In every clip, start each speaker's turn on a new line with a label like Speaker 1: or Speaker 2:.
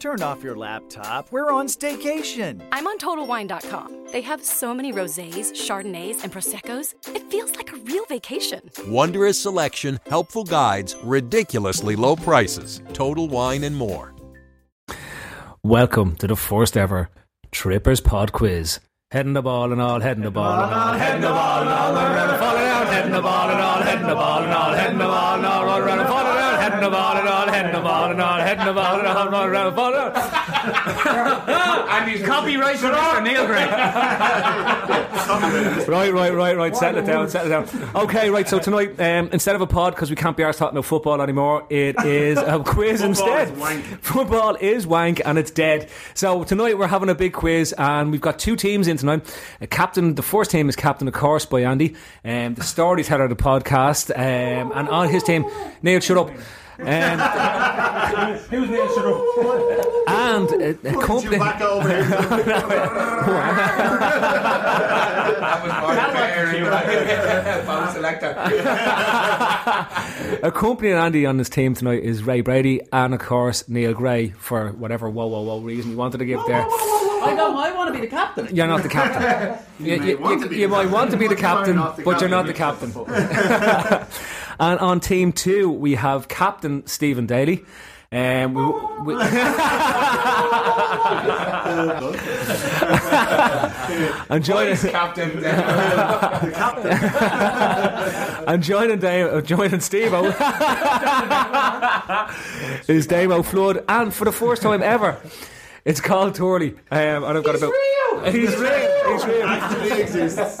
Speaker 1: Turn off your laptop. We're on staycation.
Speaker 2: I'm on TotalWine.com. They have so many rosés, chardonnays, and proseccos. It feels like a real vacation.
Speaker 3: Wondrous selection, helpful guides, ridiculously low prices. Total Wine and more.
Speaker 4: Welcome to the first ever Trippers Pod Quiz. Heading the ball and all, heading the ball and all, heading the ball and all, run around and fall around, heading the ball and all, heading the ball and all, heading the ball and all, run around and fall around, heading the ball and all, heading the ball and all, heading the ball and all, run around and fall around.
Speaker 5: I mean, copyright for Mr. Neil Gray.
Speaker 4: Right, right, right, right. Settle it down, settle it down. Okay, right. So tonight, um, instead of a pod because we can't be arsed talking about football anymore, it is a quiz
Speaker 5: Football
Speaker 4: instead.
Speaker 5: is wank.
Speaker 4: Football is wank and it's dead. So tonight we're having a big quiz and we've got two teams in tonight. A captain, the first team is captain of course by Andy, um, the storyteller of the podcast, um, and on his team, Neil, shut up. Um,
Speaker 6: Who's Neil Shutter?
Speaker 4: and a, a company. Accompanying Andy on his team tonight is Ray Brady and, of course, Neil Gray for whatever whoa, whoa, whoa reason you wanted to give there.
Speaker 7: I don't. I want to be the captain.
Speaker 4: You're not the captain. you you- you- you might want to be the captain, but you're not the captain. And on team two, we have captain Stephen Daly. Um, we, we, and joining
Speaker 5: captain.
Speaker 4: and joining Dave, uh, joining Steve is Dave O'Flood, and for the first time ever, it's called Torley. Um, and I've got about he's real, he's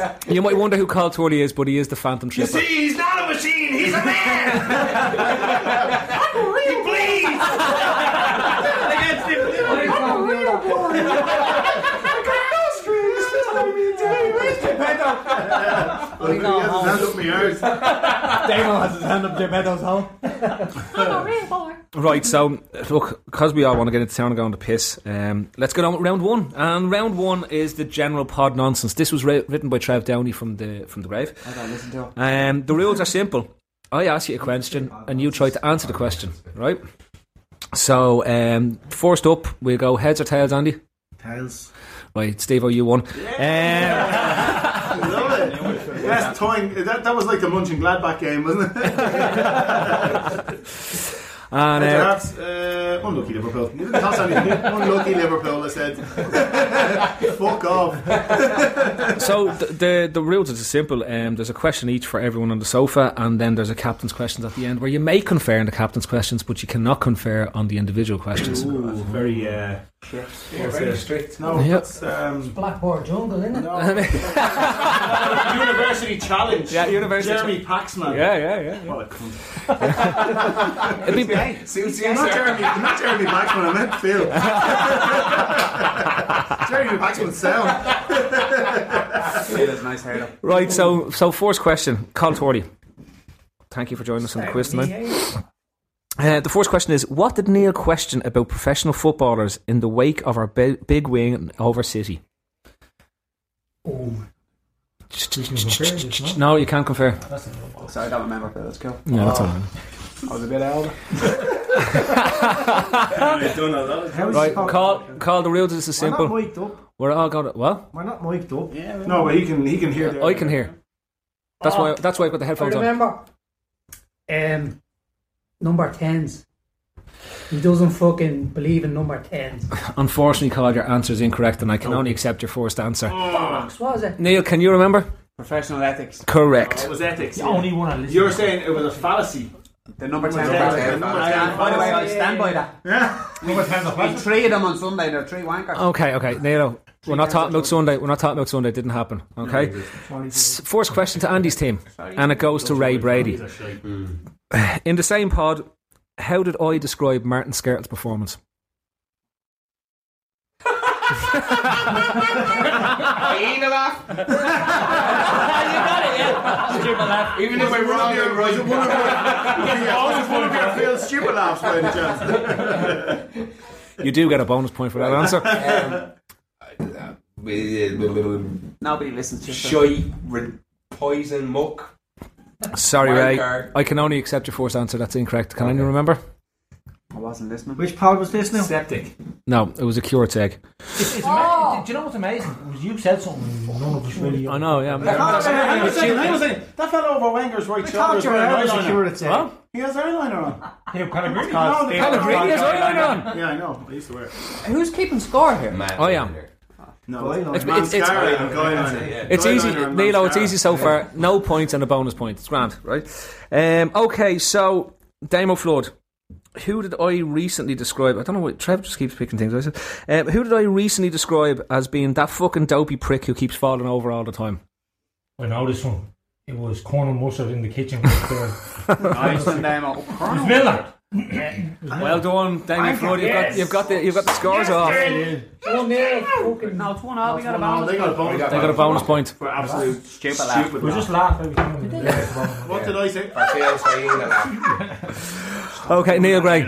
Speaker 4: real. You might wonder who Carl Torley is, but he is the Phantom
Speaker 5: You
Speaker 4: Tripper.
Speaker 5: see, he's not a machine. He's a man. I'm a real Please. I'm a real boy. I got no strings. This time you day. Where's the pedal?
Speaker 6: Well, he has his hand up my ears.
Speaker 5: Damo has his hand up Geppetto's hole.
Speaker 7: I'm a real boy.
Speaker 4: Right, so look, because we all want to get into town and go on the piss, um, let's get on with round one. And round one is the general pod nonsense. This was ri- written by Trev Downey from the from the grave.
Speaker 5: I don't listen to him.
Speaker 4: Um, the rules are simple. I ask you a question, and you try to answer the question. Right. So um, first up, we go heads or tails, Andy.
Speaker 6: Tails.
Speaker 4: Right, Steve, you Um, won.
Speaker 6: Yes, time. That, that was like the Munchen Gladbach game, wasn't it?
Speaker 4: Um, and uh,
Speaker 6: Perhaps, uh, unlucky Liverpool. You didn't toss anything. unlucky Liverpool, I said. Fuck off.
Speaker 4: so the, the the rules are just simple. Um, there's a question each for everyone on the sofa, and then there's a captain's questions at the end, where you may confer on the captain's questions, but you cannot confer on the individual questions.
Speaker 6: Very, uh,
Speaker 5: Very strict.
Speaker 6: no,
Speaker 4: Yeah.
Speaker 6: that's, um,
Speaker 7: Blackboard jungle, isn't it?
Speaker 6: no.
Speaker 5: University challenge.
Speaker 4: Yeah, university
Speaker 5: Jeremy Paxman.
Speaker 4: Yeah, yeah, yeah.
Speaker 6: What a cunt.
Speaker 4: It'd be,
Speaker 5: Suits
Speaker 6: I'm
Speaker 5: you,
Speaker 6: not
Speaker 5: sir.
Speaker 6: Jeremy, I'm not Jeremy Baxman, I meant Phil. Jeremy Baxman's sound.
Speaker 5: He has nice hair.
Speaker 4: right. So so first question, Carl Torley. Thank you for joining us on the quiz tonight. Uh, the first question is: What did Neil question about professional footballers in the wake of our bi- big win over City?
Speaker 8: Oh, speaking of affairs, no?
Speaker 4: No, you can't confer.
Speaker 5: Sorry, I don't remember. but That's cool. Oh.
Speaker 4: No, that's all right.
Speaker 5: I was a bit old.
Speaker 4: Right, Carl. Carl, the rules is
Speaker 8: We're not
Speaker 4: simple.
Speaker 8: mic'd up.
Speaker 4: We're all going. To, well,
Speaker 8: We're not mic'd up.
Speaker 6: No, but he can, he can hear that.
Speaker 4: I can hear. That's why. That's why I've got the
Speaker 8: I
Speaker 4: headphones on.
Speaker 8: remember um, number 10s. He doesn't fucking believe in number 10s.
Speaker 4: Unfortunately, Carl, your answer is incorrect, and I
Speaker 5: Oh.
Speaker 4: can only accept your first answer.
Speaker 8: What was it?
Speaker 4: Neil, can you remember?
Speaker 5: Professional ethics.
Speaker 4: Correct.
Speaker 5: was ethics.
Speaker 8: only one I listen
Speaker 5: You were saying it was a fallacy. The number 10.
Speaker 6: Number 10.
Speaker 5: I- By the way, I stand by that.
Speaker 6: Yeah.
Speaker 5: We three of them on Sunday. They're three wankers.
Speaker 4: Okay, okay, Neil. We're not talking about Sunday. We're not talking about Sunday. It didn't happen. Okay. S- First question to Andy's team, and it goes to Ray Brady. Mm. In the same pod, how did I describe Martin Skert's performance?
Speaker 5: Hyena laugh. you
Speaker 7: got
Speaker 5: it, yeah. Stupid laugh. Even if we're wrong, you're right. One of
Speaker 6: one of your Phil Stupid laughs by any chance.
Speaker 4: You do get a bonus point for that answer.
Speaker 9: uh, Nobody listens to Shy, re- poison, muck.
Speaker 4: Sorry,
Speaker 9: Wild
Speaker 4: Ray.
Speaker 9: card.
Speaker 4: I can only accept your first answer. That's incorrect. Can anyone remember?
Speaker 9: I wasn't listening.
Speaker 7: Which pod was this now?
Speaker 9: Septic.
Speaker 4: No, it was a cure egg.
Speaker 7: It's, it's
Speaker 2: Oh.
Speaker 7: ama- do you know what's amazing? Was you said something none of us really.
Speaker 4: I know. Yeah.
Speaker 7: That fella- hang on a second, hang on a second.
Speaker 5: That fella over Wenger's right
Speaker 7: I
Speaker 5: shoulder
Speaker 7: thought
Speaker 5: is
Speaker 7: you were
Speaker 5: wearing
Speaker 7: out of
Speaker 5: eyeliner.
Speaker 7: security.
Speaker 5: Huh? He has eyeliner on. Yeah, Pellegrini.
Speaker 7: called Steve Pellegrini has eyeliner
Speaker 6: Yeah, I know. I used to wear it.
Speaker 7: Who's keeping score here?
Speaker 4: I am.
Speaker 6: No,
Speaker 4: It's, it's, it's,
Speaker 6: Mascara, eyeliner.
Speaker 4: it's easy,
Speaker 6: Eyeliner and
Speaker 4: Nilo. It's
Speaker 6: mascara.
Speaker 4: easy so far. No points and a bonus point. It's grand, right? Um, okay, so Damo Flood. Who did I recently describe? I don't know. What, Trev just keeps picking things. I said, um, who did I recently describe as being that fucking dopey prick who keeps falling over all the time?
Speaker 10: I know this one. It was corn and mustard in the kitchen. with
Speaker 6: uh,
Speaker 10: the-
Speaker 4: Nice one,
Speaker 9: Damo.
Speaker 10: It was Miller.
Speaker 4: Well done, Damo
Speaker 10: I'm-
Speaker 4: Flood. You've got
Speaker 10: yes.
Speaker 4: you've got the you've got the scores
Speaker 5: Oh.
Speaker 4: off.
Speaker 7: One nil. Fucking no, it's one all. We got a bonus.
Speaker 6: They got a bonus.
Speaker 4: They got a bonus point.
Speaker 6: For absolute
Speaker 9: Stupid
Speaker 6: stupid
Speaker 9: laugh.
Speaker 6: laugh.
Speaker 9: We just laugh every
Speaker 6: time. What did I say?
Speaker 4: Okay, Neil Gray.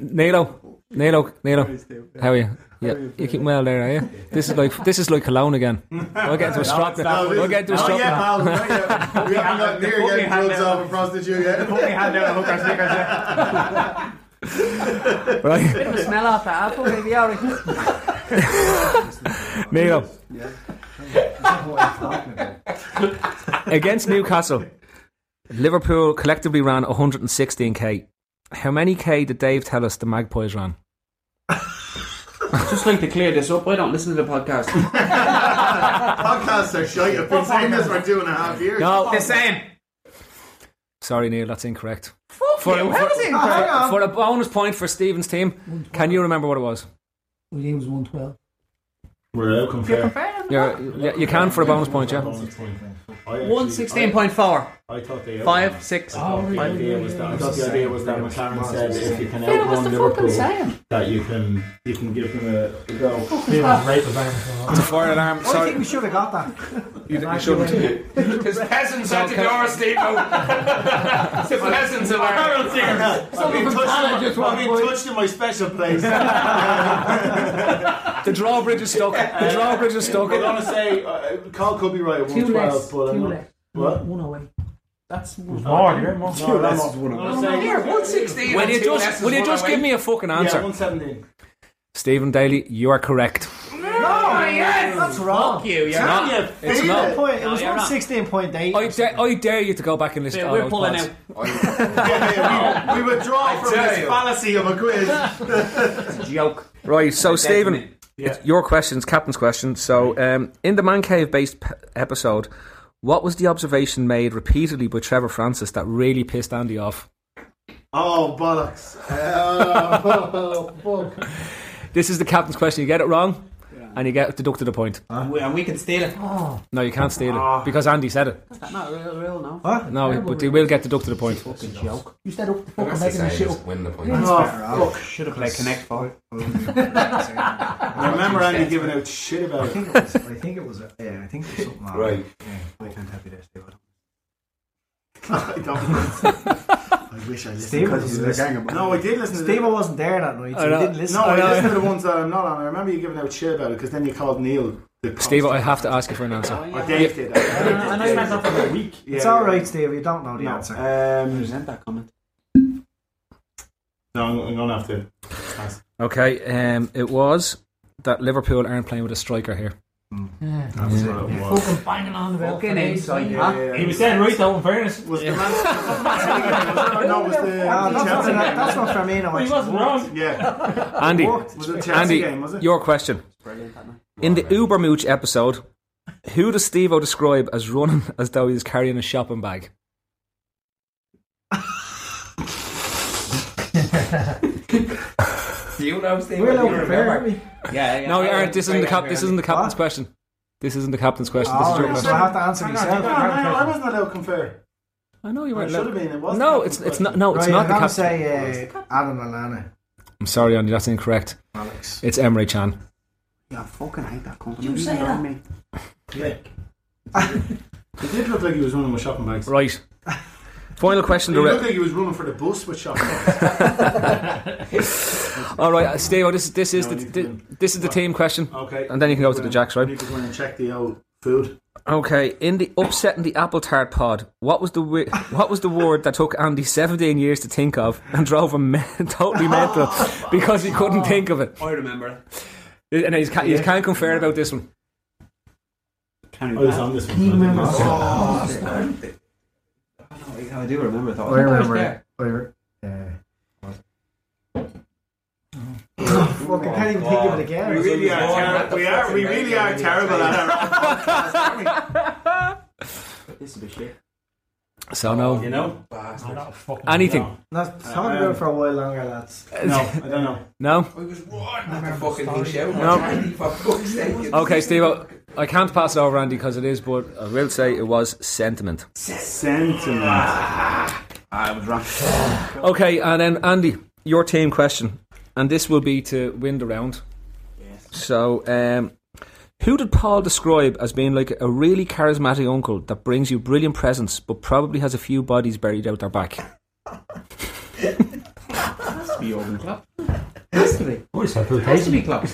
Speaker 4: Nilo, Nilo, Nilo. How are you? Yeah, you keep well there, are you? This is like this is like Cologne again. We'll get to a strop. now. We'll get to
Speaker 5: Oh,
Speaker 4: a strop.
Speaker 6: Not yet, pal.
Speaker 4: now.
Speaker 6: Not yet. We haven't got near
Speaker 5: Put me
Speaker 6: getting
Speaker 5: hand
Speaker 6: drugs
Speaker 5: down.
Speaker 6: off a prostitute yet.
Speaker 5: Put me hand down and hook our snickers,
Speaker 4: Right,
Speaker 7: Bit of a smell off that apple, maybe. All right.
Speaker 4: Nilo against Newcastle. Liverpool collectively ran 116k. How many k did Dave tell us the Magpies ran?
Speaker 9: Just like to clear this up, I don't listen to the podcast.
Speaker 6: Podcasts are shite. I've been saying this for two and a half years.
Speaker 4: No. The same. Sorry, Neil, that's incorrect. for,
Speaker 7: you, how is it incorrect?
Speaker 4: for, for a bonus point for Stephen's team, can you remember what it was?
Speaker 7: We think it was one twelve.
Speaker 6: We're out
Speaker 4: Yeah, yeah, you can for a bonus point, yeah.
Speaker 7: One sixteen point four.
Speaker 6: I thought they
Speaker 7: Five six.
Speaker 6: The idea was that, I thought the idea was that McLaren said if you can
Speaker 7: Phil, what's the
Speaker 6: outrun
Speaker 7: fucking
Speaker 6: Liverpool,
Speaker 7: saying?
Speaker 6: that you can you can give them a, a go.
Speaker 7: Phil was right
Speaker 4: It's a fire alarm.
Speaker 7: I think we should have got that.
Speaker 4: You
Speaker 7: didn't- you shouldn't.
Speaker 9: There's peasants at the
Speaker 7: Okay.
Speaker 9: door, Steve. There's peasants in our
Speaker 6: I've been touched in my- I've been touched in my special place.
Speaker 4: The drawbridge is stuck. The drawbridge is stuck.
Speaker 6: I'm gonna say uh, Carl could be right at
Speaker 7: Two
Speaker 6: 112,
Speaker 7: less.
Speaker 6: but I'm
Speaker 7: Two
Speaker 6: not-
Speaker 7: less.
Speaker 6: What?
Speaker 7: One oh away. That's one.
Speaker 6: more, yeah, more.
Speaker 7: Two
Speaker 6: No,
Speaker 7: less.
Speaker 6: that's one away.
Speaker 7: No, no, Here, one sixteen.
Speaker 4: Will
Speaker 7: and
Speaker 4: you
Speaker 7: two less
Speaker 4: just,
Speaker 7: is
Speaker 4: will you
Speaker 7: one
Speaker 4: just
Speaker 7: away.
Speaker 4: give me a fucking answer?
Speaker 6: Yeah, 117.
Speaker 4: Stephen Daly, you are correct.
Speaker 7: No, Oh, yes, that's wrong.
Speaker 4: you, yeah. It's not. It's
Speaker 7: It's
Speaker 4: not.
Speaker 7: not. Point. It was
Speaker 4: No, you're
Speaker 7: one
Speaker 4: not.
Speaker 7: sixteen point eight.
Speaker 4: I dare, I dare you to go back and listen
Speaker 7: Yeah,
Speaker 4: to all
Speaker 7: we're
Speaker 4: those
Speaker 7: pulling
Speaker 4: pods.
Speaker 6: We withdraw
Speaker 7: I
Speaker 6: from
Speaker 7: tell
Speaker 6: this
Speaker 7: you.
Speaker 6: fallacy of a quiz.
Speaker 9: It's a joke.
Speaker 4: Right, so
Speaker 9: That's
Speaker 4: Stephen,
Speaker 9: me.
Speaker 4: it's your question's captain's question. So, um, in the man cave based p- episode, what was the observation made repeatedly by Trevor Francis that really pissed Andy off?
Speaker 6: Oh, bollocks. Oh, fuck.
Speaker 4: This is the captain's question. You get it wrong, and you get deducted a point.
Speaker 9: And we- and we can steal it. Oh.
Speaker 4: No, you can't steal it because Andy said it.
Speaker 7: That's not real, real now.
Speaker 4: No, but you will get deducted a point.
Speaker 7: joke. You said up the fucking
Speaker 9: That's
Speaker 7: making
Speaker 9: the
Speaker 7: a
Speaker 9: same
Speaker 7: shit
Speaker 9: as
Speaker 7: up.
Speaker 9: win the point.
Speaker 7: That's
Speaker 9: Oh,
Speaker 7: better off.
Speaker 9: fuck. Should have played Connect Four.
Speaker 6: I remember Andy giving out shit about it.
Speaker 11: I think it was. Yeah, I think it was something. like-
Speaker 6: Right.
Speaker 11: Yeah, I can't help you there, Steve.
Speaker 6: I don't. I wish I listened
Speaker 11: Steve
Speaker 6: because
Speaker 11: was
Speaker 6: he's a gang of-
Speaker 11: listening.
Speaker 6: No, I did listen. to
Speaker 11: Steve
Speaker 6: the-
Speaker 11: wasn't there that night, so
Speaker 4: I
Speaker 11: he
Speaker 4: know.
Speaker 11: didn't listen.
Speaker 6: No,
Speaker 12: Oh,
Speaker 6: I,
Speaker 4: I know.
Speaker 6: listened to the ones that I'm not on. I remember you giving out shit about it because then you called Neil. The
Speaker 4: Steve, I have to ask you for an answer.
Speaker 6: Or Dave did. I
Speaker 11: know you meant that for the
Speaker 6: week.
Speaker 11: It's all right, Steve. You don't know the
Speaker 6: No,
Speaker 11: answer.
Speaker 6: Um,
Speaker 9: resent that comment.
Speaker 6: No, I'm, I'm gonna have to. ask.
Speaker 4: Okay, um, it was that Liverpool aren't playing with a striker here.
Speaker 7: Yeah.
Speaker 6: That was what it was.
Speaker 7: Fucking banging on the bell.
Speaker 9: Fucking inside,
Speaker 7: huh?
Speaker 6: yeah, yeah.
Speaker 10: He was saying right though, in fairness.
Speaker 6: Was the man? no, was the
Speaker 11: Ah, that's,
Speaker 6: Chelsea
Speaker 11: what,
Speaker 6: game?
Speaker 11: that's what Firmino
Speaker 10: He
Speaker 11: actually
Speaker 10: wasn't
Speaker 11: won.
Speaker 10: wrong.
Speaker 6: Yeah.
Speaker 4: Andy,
Speaker 6: Oh, was it a Chelsea
Speaker 4: Andy,
Speaker 6: game? Was it?
Speaker 4: your question. In the Uber Mooch episode, who does Steve O describe as running as though he's carrying a shopping bag?
Speaker 9: you knows things.
Speaker 11: We're
Speaker 9: that
Speaker 11: not
Speaker 9: you
Speaker 11: prepared,
Speaker 9: remember. Yeah, yeah.
Speaker 4: No,
Speaker 9: I-
Speaker 4: Eric, this
Speaker 9: I-
Speaker 4: isn't the
Speaker 9: I-
Speaker 4: cap. This isn't the captain's question. This isn't the captain's question. This is your
Speaker 11: Oh, so I have
Speaker 4: question.
Speaker 11: to answer
Speaker 6: Hang on,
Speaker 11: myself.
Speaker 6: hang on, hang on, I wasn't allowed to confer.
Speaker 4: I know you
Speaker 6: were.
Speaker 4: weren't
Speaker 6: It should have
Speaker 4: allowed-
Speaker 6: been. It was.
Speaker 4: No,
Speaker 6: the
Speaker 4: it's
Speaker 6: captain's
Speaker 4: it's not. No, it's
Speaker 11: Right,
Speaker 4: not the
Speaker 11: I'm gonna
Speaker 4: captain.
Speaker 11: say uh, Adam Lallana.
Speaker 4: I'm sorry, Andy. That's incorrect.
Speaker 11: Alex.
Speaker 4: It's Emre Chan.
Speaker 6: Yeah, I fucking hate that company.
Speaker 11: You say
Speaker 6: know
Speaker 11: that?
Speaker 6: me. Yeah. it did look like he was running with shopping bags.
Speaker 4: Right. Final question.
Speaker 6: He
Speaker 4: to
Speaker 6: looked
Speaker 4: re-
Speaker 6: like he was running for the bus with shopping bags.
Speaker 4: All right, uh, Steve. This this is the, this is the team question.
Speaker 6: Okay.
Speaker 4: And then you can go to the
Speaker 6: Well,
Speaker 4: Jacks,
Speaker 6: I need
Speaker 4: right?
Speaker 6: to go in and check the old food.
Speaker 4: Okay. In the upsetting the apple tart pod, what was the wi- what was the word that took Andy 17 years to think of and drove him men- totally mental because he couldn't think of it?
Speaker 6: Oh.
Speaker 9: I remember it.
Speaker 4: And he's ca- he's kind of conferred about this one.
Speaker 6: I
Speaker 11: Oh,
Speaker 6: was on this one.
Speaker 9: He
Speaker 11: remembers.
Speaker 6: Oh,
Speaker 9: Oh,
Speaker 6: shit.
Speaker 9: Yeah, I do remember
Speaker 11: I
Speaker 9: that.
Speaker 11: remember it. I re- yeah. Fucking can't even think of it again.
Speaker 6: We really are
Speaker 9: terrible-
Speaker 6: terrible. We are. We really are terrible at our.
Speaker 9: This is a bit shit.
Speaker 4: So no,
Speaker 6: You know.
Speaker 4: anything.
Speaker 11: That's talk about it for a while longer, lads.
Speaker 6: No, I don't know.
Speaker 4: No.
Speaker 9: I was roaring at the fucking thing shouting.
Speaker 4: No.
Speaker 9: Andy, for fuck's sake.
Speaker 4: Okay, Steve. I can't pass it over Andy because it is, but I will say it was sentiment.
Speaker 6: Sentiment. I was wrong.
Speaker 4: Okay, and then Andy, your team question, and this will be to win the round. Yes. So, um, who did Paul describe as being like a really charismatic uncle that brings you brilliant presents, but probably has a few bodies buried out their back?
Speaker 9: Has to be Jurgen Klopp.
Speaker 11: Has to be.
Speaker 10: What is that? Phil
Speaker 9: Has to be
Speaker 10: Payton?
Speaker 9: Klopp.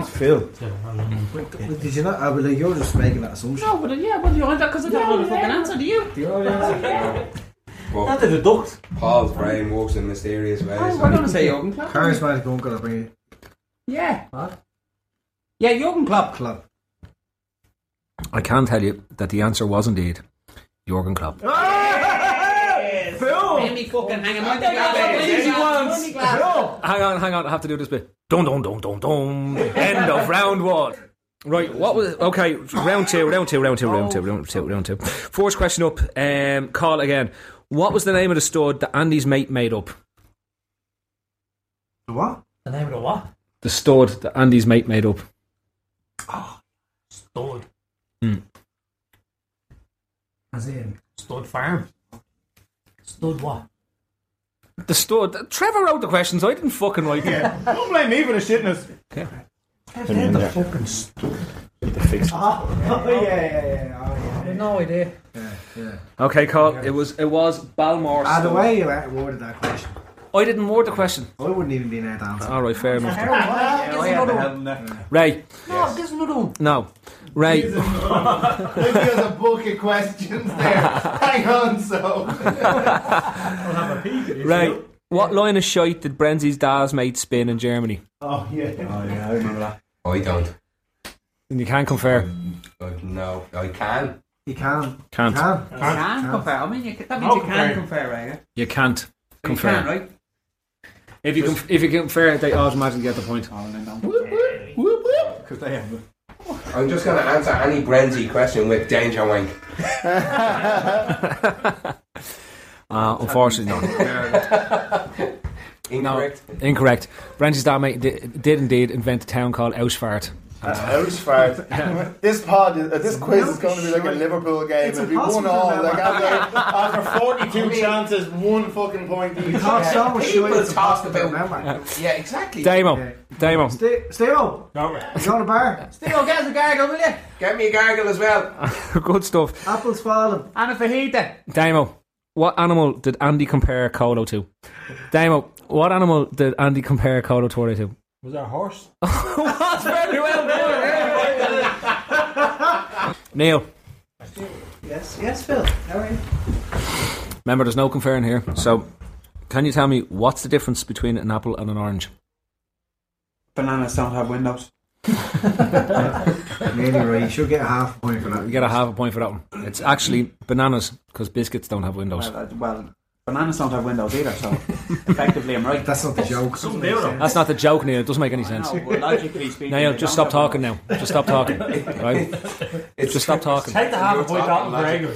Speaker 11: It's Phil. Well, Did you not? I well, you're just making that assumption.
Speaker 13: No, but uh, yeah, but you know that because I don't know the fucking answer, do you?
Speaker 9: Not the deduct. Paul's brain walks in mysterious ways.
Speaker 13: Oh, we're gonna say Jurgen Klopp.
Speaker 11: Charismatic uncle, I bring you.
Speaker 13: Yeah.
Speaker 9: Yeah, Jurgen Klopp.
Speaker 11: Club.
Speaker 4: I can tell you that the answer was indeed Jurgen Klopp.
Speaker 13: Boom! Let me fucking hang him out.
Speaker 4: Hang on, hang on, I have to do this bit. Dun dun dun dun dun. End of round one. Right, what was okay? Round two, round two, round two, round two, round two, round two. Fourth question up. Um, Carl again. What was the name of the stud that Andy's mate made up?
Speaker 11: The what?
Speaker 7: The name of the what?
Speaker 4: The stud that Andy's mate made up.
Speaker 11: Ah,
Speaker 7: Stud.
Speaker 4: Hmm.
Speaker 7: As in? Stud Farm. Stud what?
Speaker 4: The stud. Trevor wrote the questions. I didn't fucking write them.
Speaker 5: Don't blame me for the shitness.
Speaker 11: They're the fucking stud. Oh, yeah, yeah, yeah. Oh, yeah.
Speaker 8: I've no idea.
Speaker 4: Okay, Carl. It was it was Balmore.
Speaker 11: Ah, the
Speaker 4: stud.
Speaker 11: way you worded that question,
Speaker 4: I didn't word the question.
Speaker 11: I wouldn't even be in that answer.
Speaker 4: All right, fair enough.
Speaker 11: Yeah, I had the hell in
Speaker 4: Ray,
Speaker 5: No, there's another one.
Speaker 4: no, Ray.
Speaker 6: Maybe there's a book of questions there. Hang on, so.
Speaker 4: Right. What line of shite did Brenzi's dad's mate spin in Germany?
Speaker 6: Oh yeah.
Speaker 9: Oh, yeah, I remember that. I don't.
Speaker 4: And you can't compare.
Speaker 9: I, no, I can.
Speaker 11: You can. Can.
Speaker 4: Can't.
Speaker 13: Can compare. I mean, you, can- that means
Speaker 9: No
Speaker 13: you can
Speaker 9: compare.
Speaker 13: compare, right?
Speaker 4: You can't
Speaker 13: You
Speaker 4: compare.
Speaker 13: can, right?
Speaker 4: If you can, if you compare, they automatically get the point.
Speaker 13: Oh,
Speaker 6: Because they have.
Speaker 9: I'm just going to answer any Brenzy question with danger wank.
Speaker 4: Uh, unfortunately, not.
Speaker 9: Incorrect.
Speaker 4: Incorrect. Brenzi's dad mate did, did indeed invent a town called Ausfahrt.
Speaker 5: Irish fart. This pod, is, uh, this quiz is going to be like a Liverpool game.
Speaker 6: It's
Speaker 5: It'll be one
Speaker 6: impossible
Speaker 5: all.
Speaker 6: to
Speaker 5: Like after, after
Speaker 6: I
Speaker 5: forty-two
Speaker 6: mean-
Speaker 5: chances, one fucking point each.
Speaker 11: Talk so
Speaker 6: Oh,
Speaker 11: much shit.
Speaker 9: People
Speaker 11: It's
Speaker 9: talk
Speaker 11: impossible to
Speaker 9: about.
Speaker 11: remember.
Speaker 9: Yeah, exactly.
Speaker 4: Damo, Damo.
Speaker 11: Stay, stay on. You going to bar?
Speaker 13: Steve, oh, get us a gargle, will you?
Speaker 9: Get me a gargle as well.
Speaker 4: Good
Speaker 9: Ah,
Speaker 4: stuff.
Speaker 11: Apple's fallen.
Speaker 13: And a fajita.
Speaker 4: Damo, what animal did Andy compare Colo to? Damo, what animal did Andy compare Colo Torre to?
Speaker 10: Was that a horse?
Speaker 4: That's very well Neil,
Speaker 11: Yes, yes, Phil. How are you?
Speaker 4: remember there's no comparing here. So, can you tell me what's the difference between an apple and an orange?
Speaker 9: Bananas don't have windows.
Speaker 11: Anyway, you should get a half point for that.
Speaker 4: You get a half a point for that one. It's actually bananas because biscuits don't have windows.
Speaker 9: Well, bananas don't have windows either, so effectively I'm right.
Speaker 11: That's not the joke. Doesn't make sense.
Speaker 4: That's not the joke, Neil. It doesn't make any sense.
Speaker 9: logically speaking.
Speaker 4: Neil, just stop talking now. Just stop talking. Right? Just stop talking.
Speaker 10: Take the half a point
Speaker 9: talking
Speaker 10: off
Speaker 9: logic.
Speaker 10: Gregor.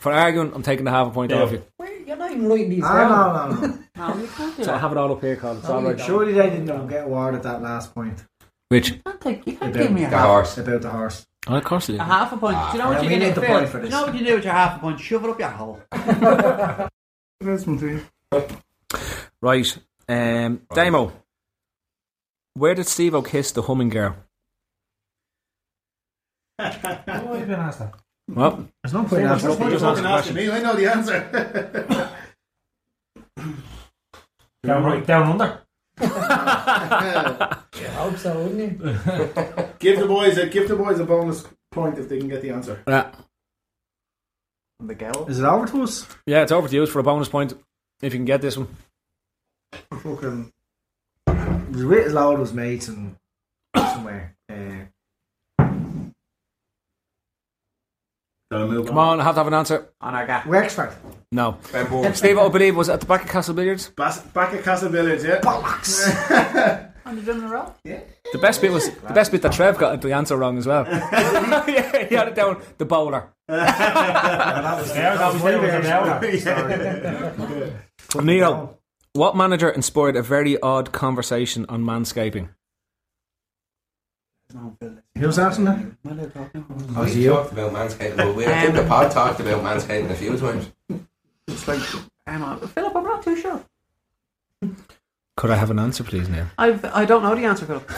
Speaker 4: For arguing, I'm taking the half a point
Speaker 10: Yeah.
Speaker 4: off you.
Speaker 7: You're not even writing these
Speaker 11: Ah, No, no, no, no.
Speaker 7: No, you can't do
Speaker 4: So I
Speaker 7: that.
Speaker 4: have it all up here, Colin. It's
Speaker 7: No,
Speaker 4: all
Speaker 7: you
Speaker 4: right.
Speaker 7: don't.
Speaker 11: Surely they didn't get awarded that last point.
Speaker 4: Which?
Speaker 7: You can't take- You can't
Speaker 11: About
Speaker 7: give me a
Speaker 11: the
Speaker 7: half.
Speaker 11: horse. About the horse.
Speaker 4: Oh, of course it is.
Speaker 7: A half a punch. do you know
Speaker 11: Ah,
Speaker 7: what
Speaker 11: we
Speaker 7: you
Speaker 11: need
Speaker 7: get
Speaker 11: the
Speaker 7: in
Speaker 11: point
Speaker 7: Phil?
Speaker 11: for
Speaker 7: Do you
Speaker 11: this.
Speaker 7: know what you do with your half a punch? Shove it up your hole.
Speaker 11: That's one to you.
Speaker 4: Right. Um, Damo. Where did Steve kiss the humming girl?
Speaker 10: Why have you been asked that?
Speaker 4: Well,
Speaker 11: There's no point in asking.
Speaker 4: Just answer the question.
Speaker 6: me. I know the answer.
Speaker 10: Down, right, down under.
Speaker 8: I hope so, wouldn't you?
Speaker 6: give the boys a give the boys a bonus point if they can get the answer.
Speaker 4: Yeah.
Speaker 6: The gal.
Speaker 11: Is it over to us?
Speaker 4: yeah, it's over to you for a bonus point if you can get this one.
Speaker 11: Fucking. It was with his loud was mates and somewhere. Uh, Oh.
Speaker 4: Come on, I have to have an answer.
Speaker 7: On our guy.
Speaker 11: Wexford.
Speaker 4: No. Steve, I believe, was at the back of Castle Billiards.
Speaker 6: Bas- back at Castle Village, yeah.
Speaker 11: Bollocks.
Speaker 7: And you done the roll? Yeah.
Speaker 4: The best bit was the best bit that Trev got the answer wrong as well. yeah, he had it down. The bowler.
Speaker 11: that was
Speaker 10: Yeah, that was there, it was an hour.
Speaker 4: Neil, what manager inspired a very odd conversation on manscaping?
Speaker 11: Who's asking that?
Speaker 9: Oh,
Speaker 11: Was
Speaker 9: you
Speaker 11: you?
Speaker 9: talked about manscaping, but we, I think the pod talked about manscaping a few times.
Speaker 7: It's like, hang on. Philip, I'm not too sure.
Speaker 4: Could I have an answer, please, Neil?
Speaker 7: I've, I don't know the answer, Philip.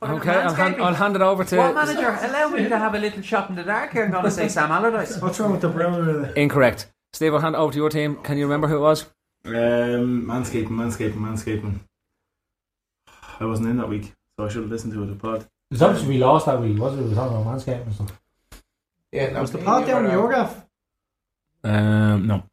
Speaker 4: Okay, I'll hand,
Speaker 7: Manscaping.
Speaker 4: I'll hand it over to.
Speaker 7: What manager? Allow me to have a little shot in the dark here. I'm going to say Sam Allardyce.
Speaker 11: What's wrong with the brown?
Speaker 4: Incorrect. Steve, I'll hand it over to your team. Can you remember who it was?
Speaker 6: Um, manscaping, manscaping, manscaping. I wasn't in that week, so I should have listened to the pod.
Speaker 10: It's obviously we lost that week, wasn't it? It was on our manscaping and stuff.
Speaker 9: Yeah, that
Speaker 11: Was the pod down in your gaff?
Speaker 4: Um, no.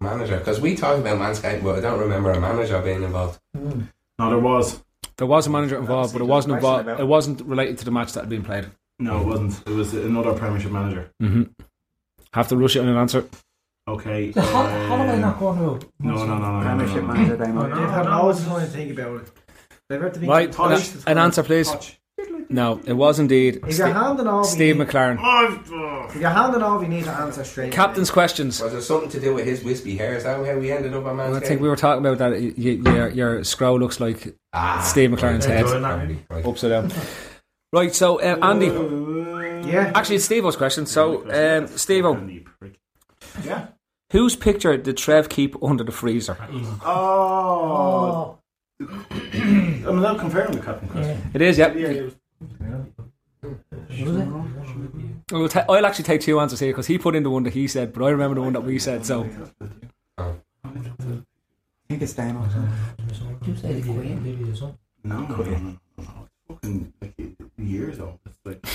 Speaker 9: Manager, because we talked about manscaping, but I don't remember a manager being involved.
Speaker 6: No, there was.
Speaker 4: There was a manager involved, but it wasn't
Speaker 6: question
Speaker 4: involved.
Speaker 6: about-
Speaker 4: It wasn't related to the match that had been played.
Speaker 6: No, it wasn't. It was another Premiership manager.
Speaker 4: Mm-hmm. Have to rush it on an answer.
Speaker 6: Okay.
Speaker 10: So how, how do I
Speaker 6: um,
Speaker 10: not go into a
Speaker 6: No, no, no, no, no,
Speaker 7: Premiership
Speaker 6: no, no,
Speaker 7: manager,
Speaker 6: no.
Speaker 7: Damo.
Speaker 11: They've had loads of time to think about it. They've had to think
Speaker 4: Right, an,
Speaker 11: Touch.
Speaker 4: an answer, please. No, it was indeed
Speaker 11: If
Speaker 4: Ste-
Speaker 11: you're handing all Oh, we
Speaker 4: Steve
Speaker 11: need-
Speaker 4: McLaren.
Speaker 6: oh.
Speaker 11: If you're handing all we need to answer straight.
Speaker 4: Captain's questions.
Speaker 9: Was it something to do with his wispy hair? Is that how we ended up on manscaping?
Speaker 4: I think we were talking about that. y- y- your, your scroll looks like Steve McLaren's
Speaker 9: right,
Speaker 4: head.
Speaker 9: right, right, right.
Speaker 4: Upside down. Right, so uh, Andy.
Speaker 11: Yeah.
Speaker 4: Actually, it's Steve question. So, um, Steve
Speaker 6: Yeah.
Speaker 4: Whose picture did Trev keep under the freezer?
Speaker 6: Oh. I'm not confirming the captain question.
Speaker 4: It is, yep.
Speaker 6: Yeah, it was-
Speaker 4: I'll, ta- I'll actually take two answers here because he put in the one that he said, but I remember the one that we said. So,
Speaker 7: I think it's Damo.
Speaker 10: You say the Queen.
Speaker 6: No, no, no, no, no, no. Fucking like years old. It's like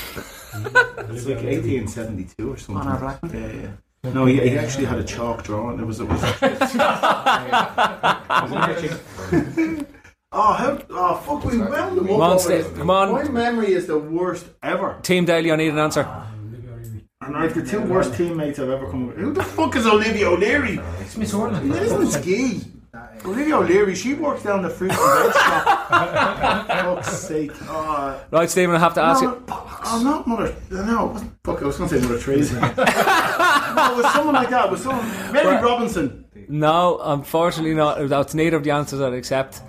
Speaker 6: it's like eighteen seventy two or something.
Speaker 7: On our black one?
Speaker 6: Yeah, yeah. yeah. No, he, he actually had a chalk drawing. It was it was. Actually, oh, how, oh, fuck! We wound them up.
Speaker 4: Come on,
Speaker 6: over
Speaker 4: Steve,
Speaker 6: this.
Speaker 4: come on.
Speaker 6: My memory is the worst ever,
Speaker 4: Team Daly, I need an answer.
Speaker 6: and I've the two worst teammates I've ever come. with. Who the fuck is Olivia O'Leary?
Speaker 10: It's Miss Orland.
Speaker 6: That isn't ski. Olivia O'Leary, she works down the fruit and veg shop. Fuck's sake! Oh,
Speaker 4: Right, Stephen, I have to ask
Speaker 6: no,
Speaker 4: you.
Speaker 6: Oh, not Mother. No, it wasn't. Fuck, I was going to say Mother Teresa. no, it was someone like that. It was someone. Mary Robinson.
Speaker 4: No, unfortunately not. That's neither of the answers I'd accept.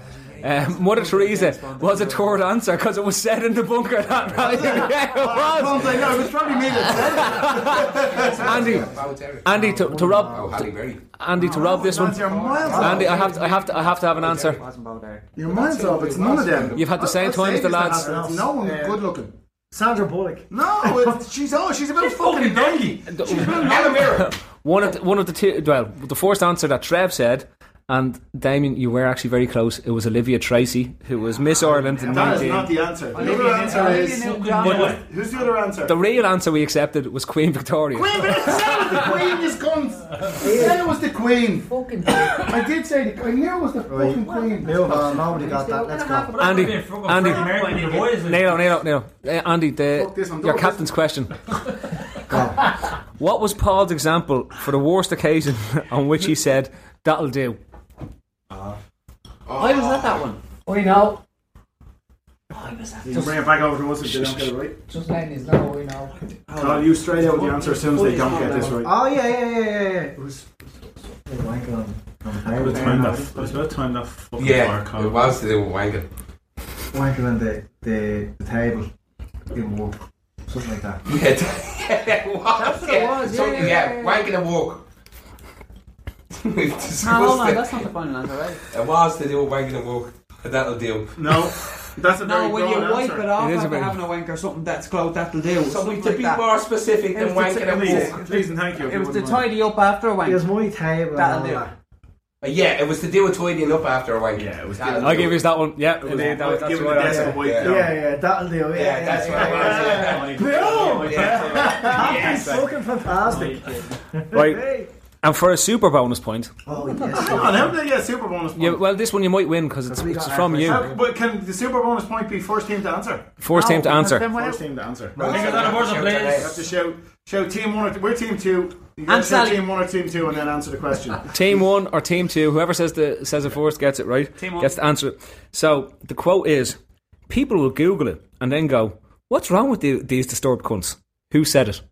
Speaker 4: Um, Mother Teresa was a third answer because it was said in the bunker that night. Yeah, it
Speaker 6: I
Speaker 4: was.
Speaker 6: was like, no, it was probably me that said it.
Speaker 4: Andy, Andy, to, to
Speaker 9: Oh,
Speaker 4: rob,
Speaker 9: Halle Berry.
Speaker 4: Andy, to rob this one.
Speaker 6: Lads, You're miles off.
Speaker 4: Andy, I have to, I have to, I have to have an answer.
Speaker 7: Wasn't Bo there.
Speaker 6: You're miles off. It's none of them.
Speaker 4: You've had the same
Speaker 6: I'll
Speaker 4: time
Speaker 6: say
Speaker 4: as the
Speaker 6: this now,
Speaker 4: lads.
Speaker 6: it's No one good looking.
Speaker 11: Sandra Bullock.
Speaker 6: No, it's, she's oh, she's a bit fucking donkey.
Speaker 4: One of the, one of the two. Well, the first answer that Trev said, and Damien, you were actually very close. It was Olivia Tracy, who was Miss Ireland in
Speaker 6: That is not
Speaker 4: 19.
Speaker 6: the answer. The
Speaker 7: Olivia
Speaker 6: other answer
Speaker 7: Newton-
Speaker 6: is.
Speaker 7: Olivia Newton-John.
Speaker 6: Who's the other answer?
Speaker 4: The real answer we accepted was Queen Victoria.
Speaker 6: Queen, but it said the Queen is gone. It said it was the Queen.
Speaker 8: Fucking
Speaker 6: I did say the. I knew it was the fucking Queen.
Speaker 11: Move on. Nobody got that. Let's go.
Speaker 4: Andy, Andy,
Speaker 10: Andy.
Speaker 4: Nail, nail, nail. Uh, Andy, the,
Speaker 6: Fuck this, I'm
Speaker 4: your
Speaker 6: done.
Speaker 4: captain's question. what was Paul's example for the worst occasion on which he said, that'll do?
Speaker 7: Why was that that one?
Speaker 8: We know.
Speaker 6: You can bring it back over to us if they don't get it right.
Speaker 8: Just letting you know, we know.
Speaker 6: Call you straight out with the answer as soon as they don't get this right.
Speaker 11: Oh yeah, yeah, yeah, yeah. yeah. It was. Wank on, on
Speaker 14: I
Speaker 6: would have timed that. It was about time that fucking
Speaker 9: Yeah,
Speaker 6: bar
Speaker 9: it was. They were wanking.
Speaker 12: wanking on the, the, the table in work, something like that.
Speaker 9: Yeah, it
Speaker 15: That's
Speaker 9: was.
Speaker 15: what it
Speaker 9: yeah.
Speaker 15: was, yeah,
Speaker 9: So,
Speaker 15: yeah,
Speaker 9: yeah,
Speaker 15: yeah, yeah.
Speaker 9: wanking and walk. We've discussed
Speaker 15: No, hold on,
Speaker 9: it.
Speaker 15: that's not the funny answer, right?
Speaker 9: It was they were wanking and walk. That'll do.
Speaker 6: No, that's a
Speaker 15: No, when you wipe it off
Speaker 9: It is a
Speaker 15: after
Speaker 9: very-
Speaker 15: having a wank or something that's close, that'll do.
Speaker 9: So
Speaker 15: Something
Speaker 9: we- to
Speaker 15: like
Speaker 9: be
Speaker 15: that.
Speaker 9: more specific
Speaker 15: It
Speaker 9: than
Speaker 15: was to-
Speaker 9: wanking and
Speaker 15: please,
Speaker 9: walk.
Speaker 6: Please and thank you.
Speaker 15: It was to tidy up after a wank.
Speaker 12: There's my table.
Speaker 15: That'll
Speaker 12: and
Speaker 15: do.
Speaker 12: all that.
Speaker 9: Uh, Yeah, it was to do a tidying up after a wank. Yeah, it was.
Speaker 4: I gave us that one. Yeah, indeed, that was, that's
Speaker 9: giving
Speaker 4: right.
Speaker 9: the desk a wipe
Speaker 12: Yeah, yeah, that'll do. Yeah,
Speaker 9: Yeah, that's what
Speaker 12: yeah,
Speaker 9: I was, yeah.
Speaker 12: Boom!
Speaker 9: Yeah.
Speaker 12: That's
Speaker 9: Yes.
Speaker 12: fucking fantastic.
Speaker 4: Right. And for a super bonus point.
Speaker 12: Oh, yes.
Speaker 6: Hang on, how did they get a super bonus point?
Speaker 4: Yeah, well, this one you might win because it's, it's from you.
Speaker 6: How- but can the super bonus point be first team to answer?
Speaker 4: First team to answer.
Speaker 6: First team to answer.
Speaker 4: Right.
Speaker 6: Think of that
Speaker 4: Shout
Speaker 6: order,
Speaker 4: out.
Speaker 6: please. You have to shout, shout team one or two. We're team two. You gotta
Speaker 4: And
Speaker 6: shout
Speaker 4: Sally.
Speaker 6: team one or team two and then answer the question.
Speaker 4: Team one or team two, whoever says the says it first gets it right.
Speaker 6: Team one.
Speaker 4: Gets to answer it. So the quote is: People will Google it and then go, "What's wrong with the, these disturbed cunts? Who said it?"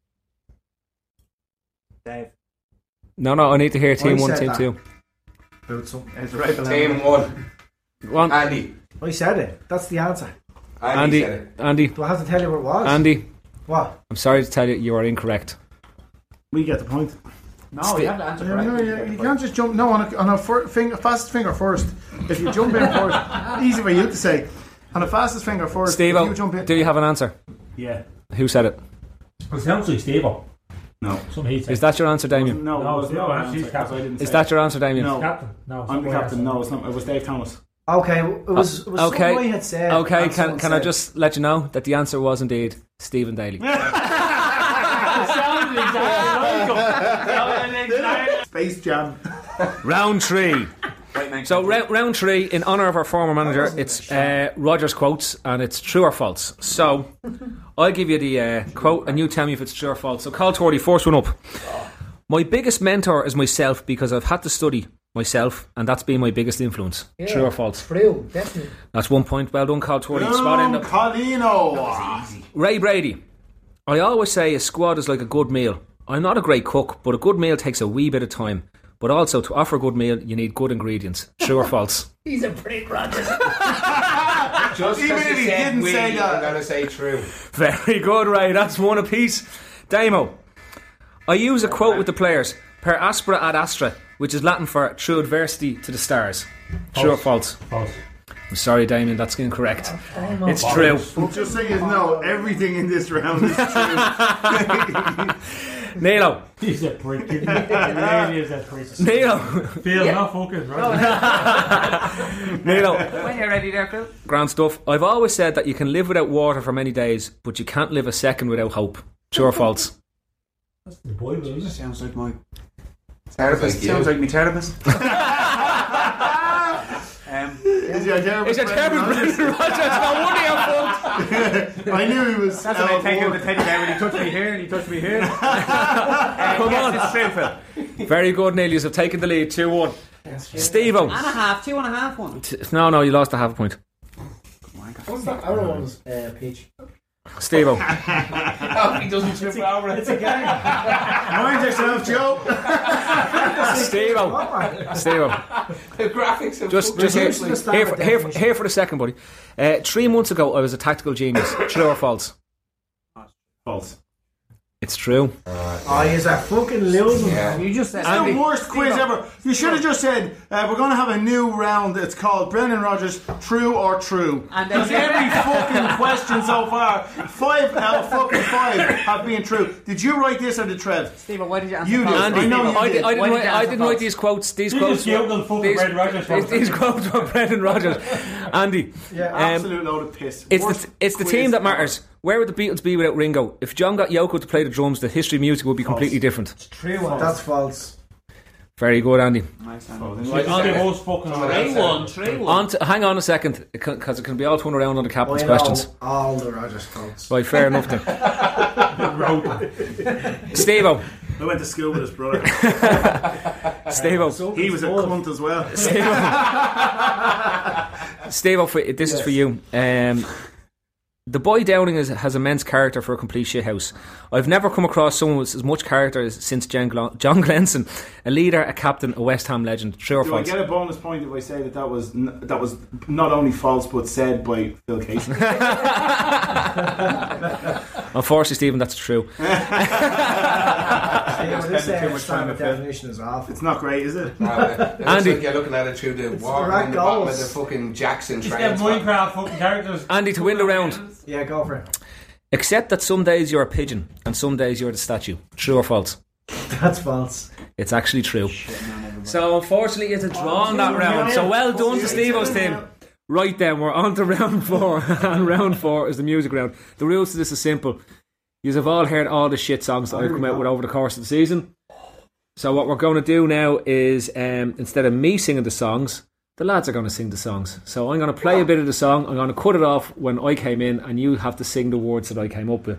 Speaker 12: Dave.
Speaker 4: No, no, I need to hear team
Speaker 12: I
Speaker 4: one,
Speaker 12: said
Speaker 4: team
Speaker 12: that.
Speaker 4: two.
Speaker 12: About something. It's right below
Speaker 9: Team
Speaker 12: me.
Speaker 9: one.
Speaker 4: One.
Speaker 9: Andy.
Speaker 12: I Oh, said it. That's the answer.
Speaker 4: Andy,
Speaker 9: said it.
Speaker 4: Andy,
Speaker 12: Do I have to tell you what it was?
Speaker 4: Andy.
Speaker 12: What?
Speaker 4: I'm sorry to tell you, you are incorrect.
Speaker 6: We get the point.
Speaker 12: No, you have to
Speaker 6: answer
Speaker 12: correctly.
Speaker 6: No, yeah, you can't just jump. No, on a, on a fir- finger, fastest finger first. If you jump in first, easy for you to say. On the fastest finger first,
Speaker 4: Steve,
Speaker 6: if you jump in.
Speaker 4: do you have an answer?
Speaker 6: Yeah.
Speaker 4: Who said it?
Speaker 16: It sounds like Stable.
Speaker 6: No.
Speaker 16: Some heat.
Speaker 4: Is that your answer, Damien?
Speaker 6: No,
Speaker 16: No,
Speaker 6: it was
Speaker 16: no,
Speaker 6: not my
Speaker 16: that's
Speaker 6: answer,
Speaker 16: his
Speaker 6: 'cause
Speaker 16: captain.
Speaker 6: I didn't
Speaker 4: Is
Speaker 6: say
Speaker 4: that
Speaker 6: it.
Speaker 4: your answer, Damien?
Speaker 6: No.
Speaker 16: Captain. No, it's
Speaker 6: I'm the
Speaker 16: not my
Speaker 6: captain.
Speaker 16: answer.
Speaker 6: No, it's not. It was Dave Thomas.
Speaker 12: Okay, it was, it was
Speaker 4: okay.
Speaker 12: something I had said.
Speaker 4: okay.
Speaker 12: and
Speaker 4: Can,
Speaker 12: someone
Speaker 4: can I
Speaker 12: said.
Speaker 4: just let you know that the answer was indeed Stephen Daly.
Speaker 6: Space Jam.
Speaker 4: round three.
Speaker 9: man.
Speaker 4: So round, round three, in honour of our former manager, it's uh, Rogers quotes and it's true or false. So I'll give you the uh, quote and you tell me if it's true or false. So Carl Tordy, first one up. My biggest mentor is myself because I've had to study myself and that's been my biggest influence.
Speaker 17: Yeah,
Speaker 4: True or false?
Speaker 17: True, definitely.
Speaker 4: That's one point. Well done, Carl Tordy. Spot end
Speaker 6: Boom,
Speaker 4: up.
Speaker 6: Colino.
Speaker 4: Ray Brady. I always say a squad is like a good meal. I'm not a great cook, but a good meal takes a wee bit of time. But also, to offer a good meal, you need good ingredients. True or false?
Speaker 17: He's a prick, Rogers.
Speaker 9: Just 'cause
Speaker 6: Even
Speaker 9: you
Speaker 6: if he
Speaker 9: said
Speaker 6: didn't
Speaker 9: we,
Speaker 6: say that.
Speaker 9: I'm gonna say true.
Speaker 4: Very good, Ray. That's one apiece. Damo. I use a quote with the players per aspera ad astra, which is Latin for through adversity to the stars. True or false?
Speaker 16: False.
Speaker 4: I'm sorry, Damien, that's incorrect.
Speaker 6: no.
Speaker 4: It's true.
Speaker 6: Just so you know, everything in this round is
Speaker 4: Nilo.
Speaker 16: He's a prick. isn't he? Really is a prick.
Speaker 4: Nilo.
Speaker 16: Phil, not focused, right?
Speaker 4: Nilo.
Speaker 15: When you're ready there, Phil.
Speaker 4: Grand stuff. I've always said that you can live without water for many days, but you can't live a second without hope. True or false?
Speaker 16: The boy, was it?
Speaker 15: Sounds like my
Speaker 9: Therapist. Like Sounds
Speaker 15: like me therapist.
Speaker 6: Is your therapist?
Speaker 4: your therapist Brendan Rodgers? No wonder
Speaker 6: you're fucked. I knew he was.
Speaker 15: That's when I
Speaker 6: out of
Speaker 15: take out the
Speaker 6: order.
Speaker 15: teddy bear when he touched me here and he touched me here. Come
Speaker 4: on.
Speaker 15: It's true, Phil.
Speaker 4: Very good, Neil. You've taken the lead. 2 1. Steve
Speaker 15: And a half, two and a half one.
Speaker 4: No, no, you lost a half a point.
Speaker 12: What's that other one's uh, peach?
Speaker 4: Steve
Speaker 9: Oh, he doesn't trip over it.
Speaker 6: Mind yourself, Joe.
Speaker 4: Steve Steve
Speaker 9: The graphics are
Speaker 4: Just, just here, here, for, here, for, here for a second, buddy. Uh, three months ago, I was a tactical genius. True or false?
Speaker 6: False.
Speaker 4: It's true.
Speaker 12: Oh, he's a fucking loser.
Speaker 9: Yeah.
Speaker 12: You just said
Speaker 6: It's the worst quiz ever. You should have just said uh, we're going to have a new round. It's called Brendan Rogers True or True.
Speaker 15: And
Speaker 6: Because
Speaker 15: then-
Speaker 6: every fucking question so far, five out of fucking five have been true. Did you write this or did Trev?
Speaker 15: Stephen, why did you answer
Speaker 6: You
Speaker 15: false?
Speaker 6: did.
Speaker 4: Andy,
Speaker 6: I know you
Speaker 4: I,
Speaker 6: did.
Speaker 4: I um, didn't,
Speaker 15: Why did
Speaker 4: write,
Speaker 15: you
Speaker 4: I
Speaker 15: answer
Speaker 4: didn't write
Speaker 15: false?
Speaker 4: these quotes. These
Speaker 16: You
Speaker 4: quotes.
Speaker 16: just yelled
Speaker 4: were-
Speaker 16: on fucking
Speaker 4: these,
Speaker 16: Brendan Rodgers
Speaker 4: these-
Speaker 16: first.
Speaker 4: these quotes were Brendan Rogers. Andy,
Speaker 6: Yeah,
Speaker 4: um,
Speaker 6: absolute load of piss.
Speaker 4: it's
Speaker 6: Worst
Speaker 4: the, it's the
Speaker 6: quiz
Speaker 4: team that
Speaker 6: ever.
Speaker 4: matters. Where would the Beatles be without Ringo? If John got Yoko to play the drums, the history of music would be completely different.
Speaker 12: true. That's false.
Speaker 4: Very good, Andy.
Speaker 16: Like, all the most fucking
Speaker 9: Three one,
Speaker 16: three
Speaker 4: On to, hang on a second, because it can be all thrown around on the captain's
Speaker 12: I know
Speaker 4: questions.
Speaker 12: all the Rogers quotes.
Speaker 4: Right, fair enough then. Steve-O.
Speaker 6: I went to school with his brother.
Speaker 4: Steve-O.
Speaker 6: he was a cunt as well.
Speaker 4: Steve-O, for, this is for you. Um, the boy Downing is, has immense character for a complete shithouse. I've never come across someone with as much character as, since Jan Gl- John Glenson. a leader, a captain, a West Ham legend. True or
Speaker 6: Do I
Speaker 4: false?
Speaker 6: get a bonus point if I say that that was n- that was not only false but said by Phil Casey?
Speaker 4: Unfortunately, Stephen, that's true.
Speaker 11: I
Speaker 9: spending
Speaker 11: spending
Speaker 9: too
Speaker 11: too
Speaker 9: much time
Speaker 11: time
Speaker 9: with Phil.
Speaker 11: definition is off.
Speaker 6: It's not great, is it?
Speaker 9: It looks
Speaker 4: Andy.
Speaker 9: like you're looking at it through the
Speaker 11: It's
Speaker 9: water
Speaker 11: right
Speaker 9: in the bottom of
Speaker 11: goals.
Speaker 9: the fucking Jackson
Speaker 11: It's
Speaker 9: train.
Speaker 11: them
Speaker 10: Minecraft fucking characters.
Speaker 4: Andy, to win the round,
Speaker 11: Yeah, go for it.
Speaker 4: accept that some days you're a pigeon and some days you're the statue. True or false?
Speaker 11: That's false.
Speaker 4: It's actually true. So unfortunately, it's a draw in that round. So well done to Stevo's team. Right then, we're on to round four, and round four is the music round. The rules to this is simple. You have all heard all the shit songs that I've come out with over the course of the season. So what we're going to do now is um, instead of me singing the songs, the lads are going to sing the songs. So I'm going to play a bit of the song. I'm going to cut it off when I came in, and you have to sing the words that I came up with.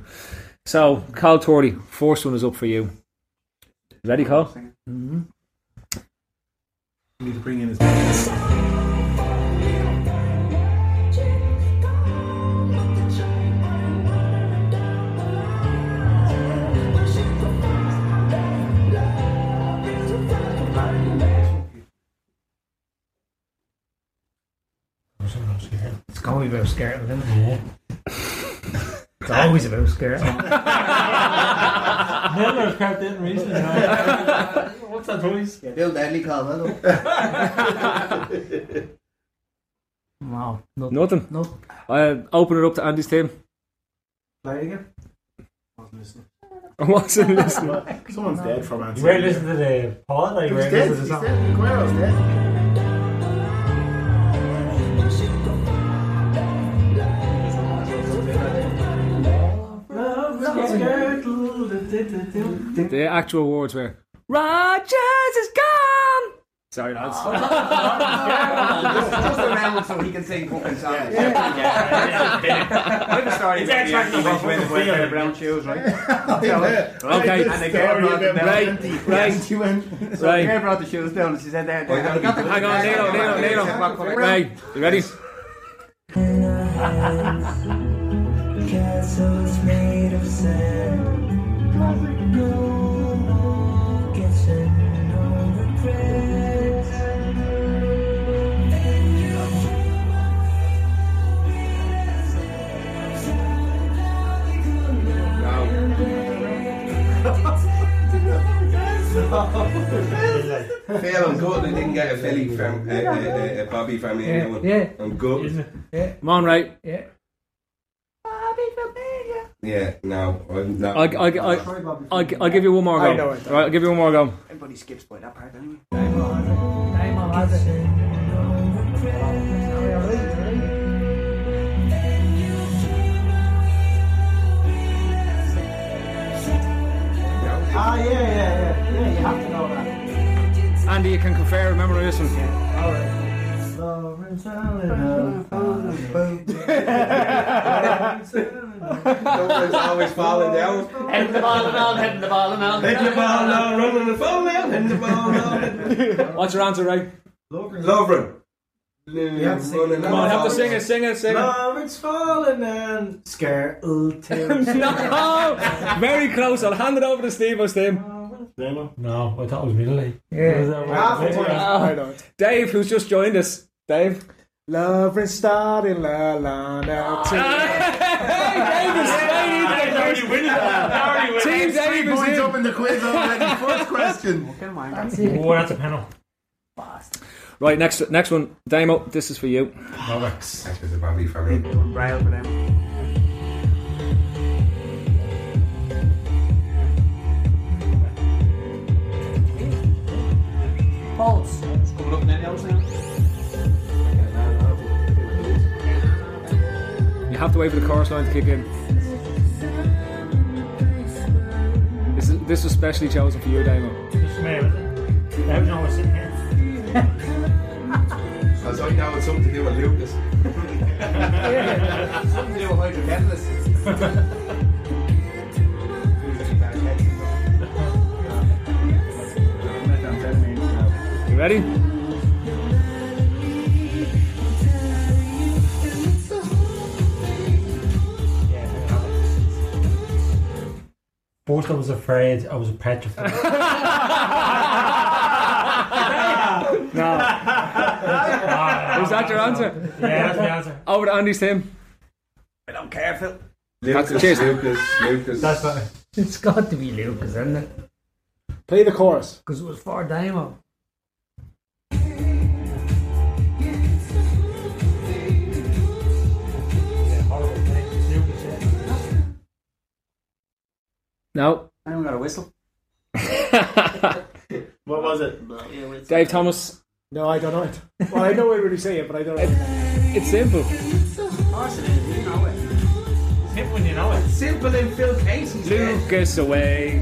Speaker 4: So, Carl Tordy, first one is up for you. Ready, Carl?
Speaker 6: Mm-hmm. Need to bring in his.
Speaker 11: It's only about skirting, isn't it? It's always about skirting.
Speaker 10: Hitler's crept in recently. huh? What's that voice?
Speaker 7: Bill Denley called that
Speaker 4: Wow. Nothing. Nothing. Uh, open it up to Andy's team.
Speaker 11: Play it again.
Speaker 4: I wasn't listening.
Speaker 6: Someone's dead from
Speaker 10: You weren't listening to the pod, like you weren't listening to the song.
Speaker 6: Aguero's dead.
Speaker 4: The actual words were Rogers is gone. Sorry, lads.
Speaker 9: just, just around so he can sing fucking songs. Yeah, I just started
Speaker 13: It's
Speaker 9: with
Speaker 13: actually
Speaker 9: the Yankees
Speaker 13: not
Speaker 9: when
Speaker 13: fucking
Speaker 9: when
Speaker 13: real.
Speaker 9: the Brown shoes, right?
Speaker 4: Okay.
Speaker 9: And the girl brought them down.
Speaker 4: Right, right.
Speaker 9: So the
Speaker 4: Right.
Speaker 9: girl brought the shoes down and uh, she said, there, there.
Speaker 4: Hang on, Nino, Nino, Nino. Right, you ready?
Speaker 5: Castles made of sand. No one gets it, no regrets. And you'll feel
Speaker 9: Phil, I'm good. I didn't get a Philly from uh, uh, uh, a Bobby from
Speaker 4: Yeah,
Speaker 9: anyone.
Speaker 4: yeah.
Speaker 9: I'm good.
Speaker 4: Come on, right. Yeah.
Speaker 9: Yeah, no, I'm not.
Speaker 4: I, I, I, I, I, I'll give you one more go.
Speaker 9: I know it.
Speaker 4: Right, I'll give you one more go.
Speaker 9: Everybody skips by that part, anyway.
Speaker 11: Ah, Ah, yeah, yeah, yeah. Yeah, you have to know that.
Speaker 4: Andy, you can confer. Remember this one.
Speaker 11: Lawrence Allen, I'm falling for you.
Speaker 9: It's always falling down.
Speaker 7: Heading the ball and on, heading the ball and on.
Speaker 9: Heading the ball down, running the phone down, heading the ball down.
Speaker 4: What's your answer, Ray?
Speaker 9: Lovren.
Speaker 11: have to sing it.
Speaker 4: Come on, have to sing it, sing it, sing it.
Speaker 11: Lawrence falling and scare
Speaker 4: no! Very close. I'll hand it over to Steve's team.
Speaker 10: No, I thought it was middle eight.
Speaker 4: Dave, who's just joined us. Dave.
Speaker 11: Love and starting la la now.
Speaker 4: Oh. Team
Speaker 18: Three
Speaker 4: Dave is
Speaker 18: points
Speaker 4: in.
Speaker 18: up in the quiz already. First question.
Speaker 10: Oh, that's a panel.
Speaker 4: Right, next next one. Damo, this is for you.
Speaker 9: That's because of Bobby from me.
Speaker 7: Right over them.
Speaker 13: Bolts.
Speaker 9: Coming up now, now.
Speaker 4: You have to wait for the chorus line to kick in. This is, this was specially chosen for you, Damo.
Speaker 10: Just a minute. Everyone was sitting here.
Speaker 9: As I know, it's something to do with Lucas. something to do with
Speaker 4: You ready?
Speaker 10: First, I was afraid. I was petrified.
Speaker 4: answer?
Speaker 19: Yeah, that's the answer.
Speaker 4: Over to Andy Sim.
Speaker 9: I don't care, Phil.
Speaker 4: That's- cheers.
Speaker 20: Lucas, Lucas. That's not.
Speaker 21: It's got to be Lucas, isn't it?
Speaker 4: Play the chorus.
Speaker 21: Because it was for Damo.
Speaker 4: No.
Speaker 9: Anyone got a whistle?
Speaker 22: What was it?
Speaker 4: Dave Thomas.
Speaker 23: No, I don't know it. Well, I know I really say it, but I don't know.
Speaker 4: It's simple.
Speaker 9: Simple when you know it. Simple in Phil Casey's head.
Speaker 4: Lucas away.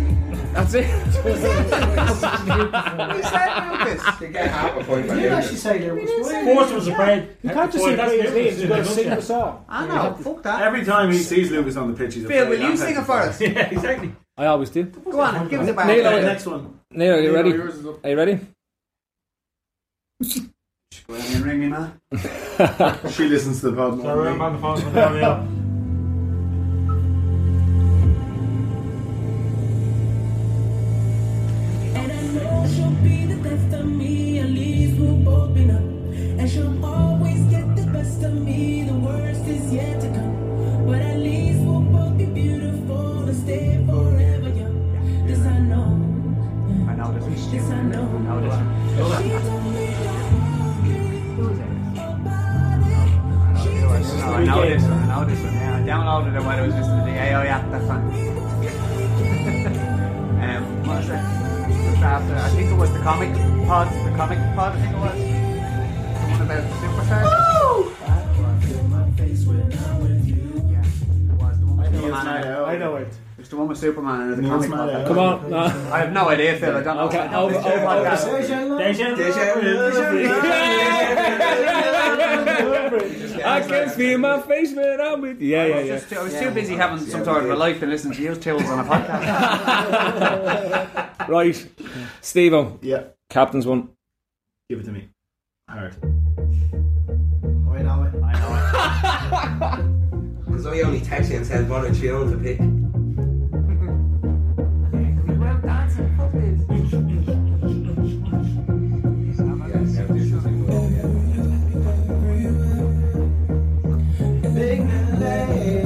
Speaker 4: That's it.
Speaker 9: Who said Lucas? You get half a point by
Speaker 21: You did
Speaker 9: Lucas.
Speaker 21: actually say Lucas.
Speaker 9: You didn't say
Speaker 21: Forrest
Speaker 9: Lucas.
Speaker 21: was
Speaker 9: Yeah.
Speaker 21: afraid.
Speaker 9: You can't just say
Speaker 21: play his name,
Speaker 9: Lucas.
Speaker 21: you've got to sing the song.
Speaker 9: I know, fuck that.
Speaker 22: Every time he sees Lucas on the pitch, he's
Speaker 9: Phil,
Speaker 22: afraid.
Speaker 9: will you
Speaker 22: I'm
Speaker 9: sing it for us?
Speaker 22: Yeah, exactly.
Speaker 4: I always do.
Speaker 9: Go on, give us a
Speaker 4: Neil, are
Speaker 9: back.
Speaker 4: you- Neil, are you
Speaker 22: Neil,
Speaker 4: ready?
Speaker 22: yours is up.
Speaker 4: Are you ready?
Speaker 22: Go ahead and ring me, man. she listens to the pod. more than me.
Speaker 24: And I know she'll be the best of me, at least we'll both be numb. And she'll always get the best of me, the worst is yet to come. But at least we'll both be beautiful and stay forever young. This I know,
Speaker 9: I know this is
Speaker 24: this I know.
Speaker 9: I know this
Speaker 24: She told me
Speaker 9: No, I know this one. I know this one. Yeah, I downloaded it while I was listening to the AO yeah, that song. um, what was it? Just after, I think it was the comic pod. The comic pod, I think it was. The one about the superstars. Yeah, it was the one with
Speaker 22: Neil's
Speaker 9: Superman
Speaker 22: mad
Speaker 9: in it.
Speaker 22: out. I know it.
Speaker 9: It's the one with Superman in it. The
Speaker 22: Neil's mad
Speaker 9: comic pod.
Speaker 22: out.
Speaker 9: that
Speaker 22: Come
Speaker 9: was-
Speaker 22: on, no.
Speaker 9: I have no idea, Phil. I don't know.
Speaker 22: Okay,
Speaker 9: This
Speaker 22: over-
Speaker 9: is your
Speaker 22: over- over.
Speaker 9: podcast.
Speaker 22: Deja vu.
Speaker 9: Deja vu.
Speaker 4: I can feel my face when I'm with you. Yeah, yeah, yeah.
Speaker 9: Just too- I was too busy having some sort of a life and listening to you tales on a podcast.
Speaker 4: Right. Steve
Speaker 22: Yeah.
Speaker 4: Captain's one.
Speaker 22: Give it to me. Hard.
Speaker 25: I know it. I know it.
Speaker 9: Because I only text you and said what a tune to pick.
Speaker 6: Big Malay.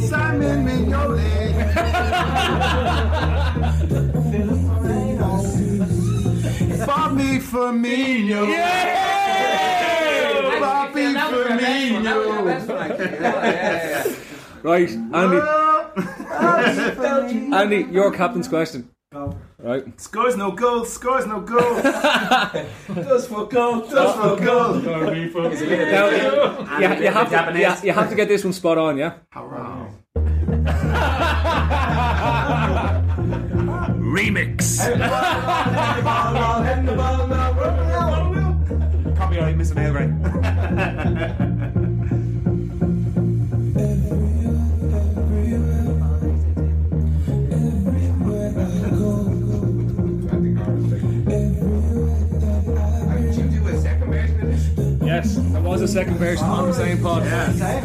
Speaker 6: Simon Mignolet. Bobby Firmino. Yeah! Bobby Firmino.
Speaker 4: Right, Andy. Andy, your captain's question. Right.
Speaker 22: Scores no goals, scores no goals. does for goal, does for goal.
Speaker 4: Now, you, you have to, you, you have to get this one spot on, yeah? Remix.
Speaker 9: Copyright Mr. Mailgrave.
Speaker 4: Yes, there was a second version on the same pod.
Speaker 25: Is that,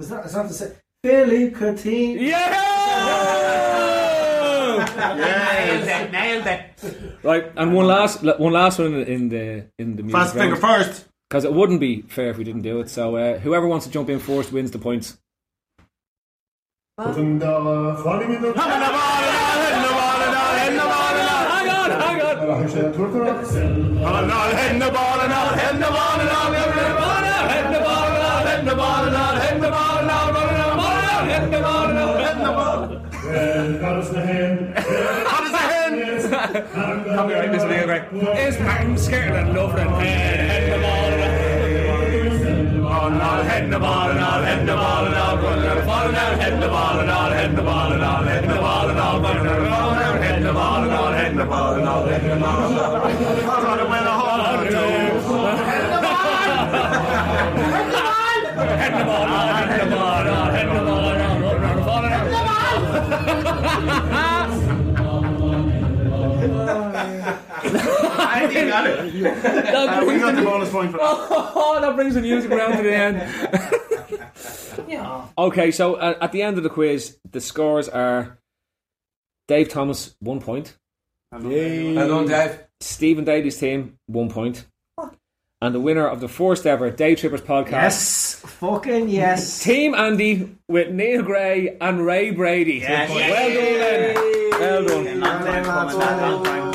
Speaker 25: is that the same? Billy Coutinho.
Speaker 4: Yeah!
Speaker 9: Nailed it.
Speaker 4: Right, and one last le- one last one in the in the, in the music
Speaker 22: Fast finger first.
Speaker 4: because it wouldn't be fair if we didn't do it. So uh, whoever wants to jump in first wins the points.
Speaker 6: Copyright Mr. Mailgrave. Is Pam scared and loving
Speaker 22: I think got it.
Speaker 4: Uh,
Speaker 22: we got the bonus point for that.
Speaker 4: Oh, that brings the music round to the end.
Speaker 21: Yeah.
Speaker 4: Okay, so uh, at the end of the quiz, the scores are Dave Thomas one point.
Speaker 22: Yay.
Speaker 9: Well done, Dave.
Speaker 4: Stephen Daly's team one point. and the winner of the first ever Day Trippers podcast.
Speaker 26: Yes, fucking yes.
Speaker 4: Team Andy with Neil Gray and Ray Brady.
Speaker 26: Yes.
Speaker 4: Well done, then. Well done.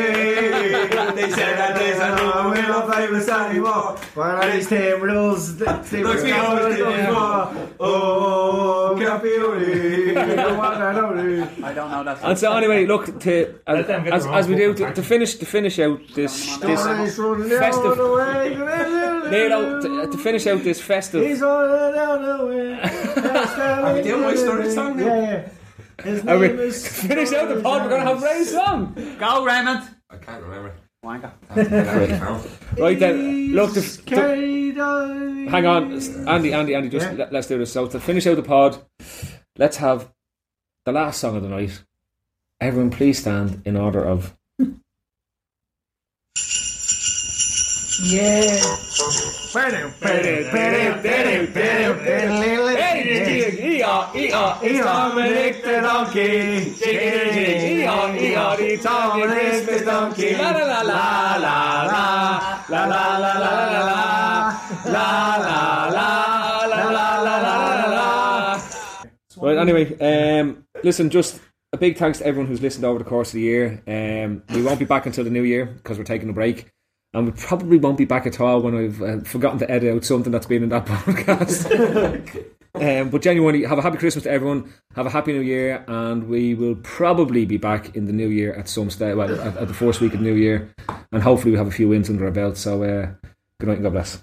Speaker 6: They said that there's a no we don't play with anymore.
Speaker 26: Well, at least they rules. They
Speaker 6: Look, we always do it for. Oh, Capioli. I don't know that.
Speaker 4: And so, anyway, look to as,
Speaker 6: them get
Speaker 4: as,
Speaker 6: their
Speaker 4: as we
Speaker 6: own
Speaker 4: do
Speaker 6: fucking
Speaker 4: to, to finish to finish out this this festive. Neil, to, to finish out this festive.
Speaker 26: He's running down the way. Are
Speaker 4: we doing my story song now?
Speaker 26: Yeah, yeah. His
Speaker 4: Are we-
Speaker 26: name is
Speaker 4: Finish out the pod. We're gonna have Ray's song.
Speaker 27: Go, Raymond.
Speaker 9: I can't remember.
Speaker 4: right then, look to, to, Hang on, s- Andy, Andy, Andy. Just
Speaker 26: Yeah.
Speaker 4: let, us do this. So to finish out the pod, let's have the last song of the night. Everyone, please stand in order of.
Speaker 26: Yeah.
Speaker 6: It's Dominic the donkey. It's Dominic the donkey. La la la la la la la la la la la la la la la la la la.
Speaker 4: Right, anyway, um, listen, just a big thanks to everyone who's listened over the course of the year. Um, we won't be back until the new year because we're taking a break. And we probably won't be back at all when I've uh, forgotten to edit out something that's been in that podcast. um, but genuinely, have a happy Christmas to everyone. Have a happy new year. And we will probably be back in the new year at some stage, well, at, at the first week of the new year. And hopefully, we have a few wins under our belt. So, uh, good night and God bless.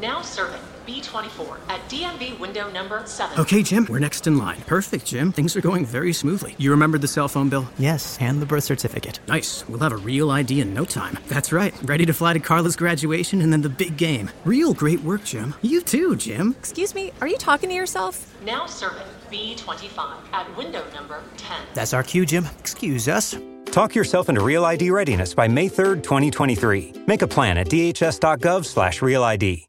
Speaker 28: Now serving B24 at DMV window number 7.
Speaker 12: Okay, Jim, we're next in line. Perfect, Jim. Things are going very smoothly. You remembered the cell phone bill? Yes, and the birth certificate. Nice. We'll have a real ID in no time. That's right. Ready to fly to Carla's graduation and then the big game. Real great work, Jim. You too, Jim.
Speaker 28: Excuse me, are you talking to yourself? Now serving B25 at window number 10.
Speaker 15: That's our cue, Jim. Excuse us. Talk yourself into Real ID readiness by May 3rd, 2023. Make a plan at dhs.gov slash real ID.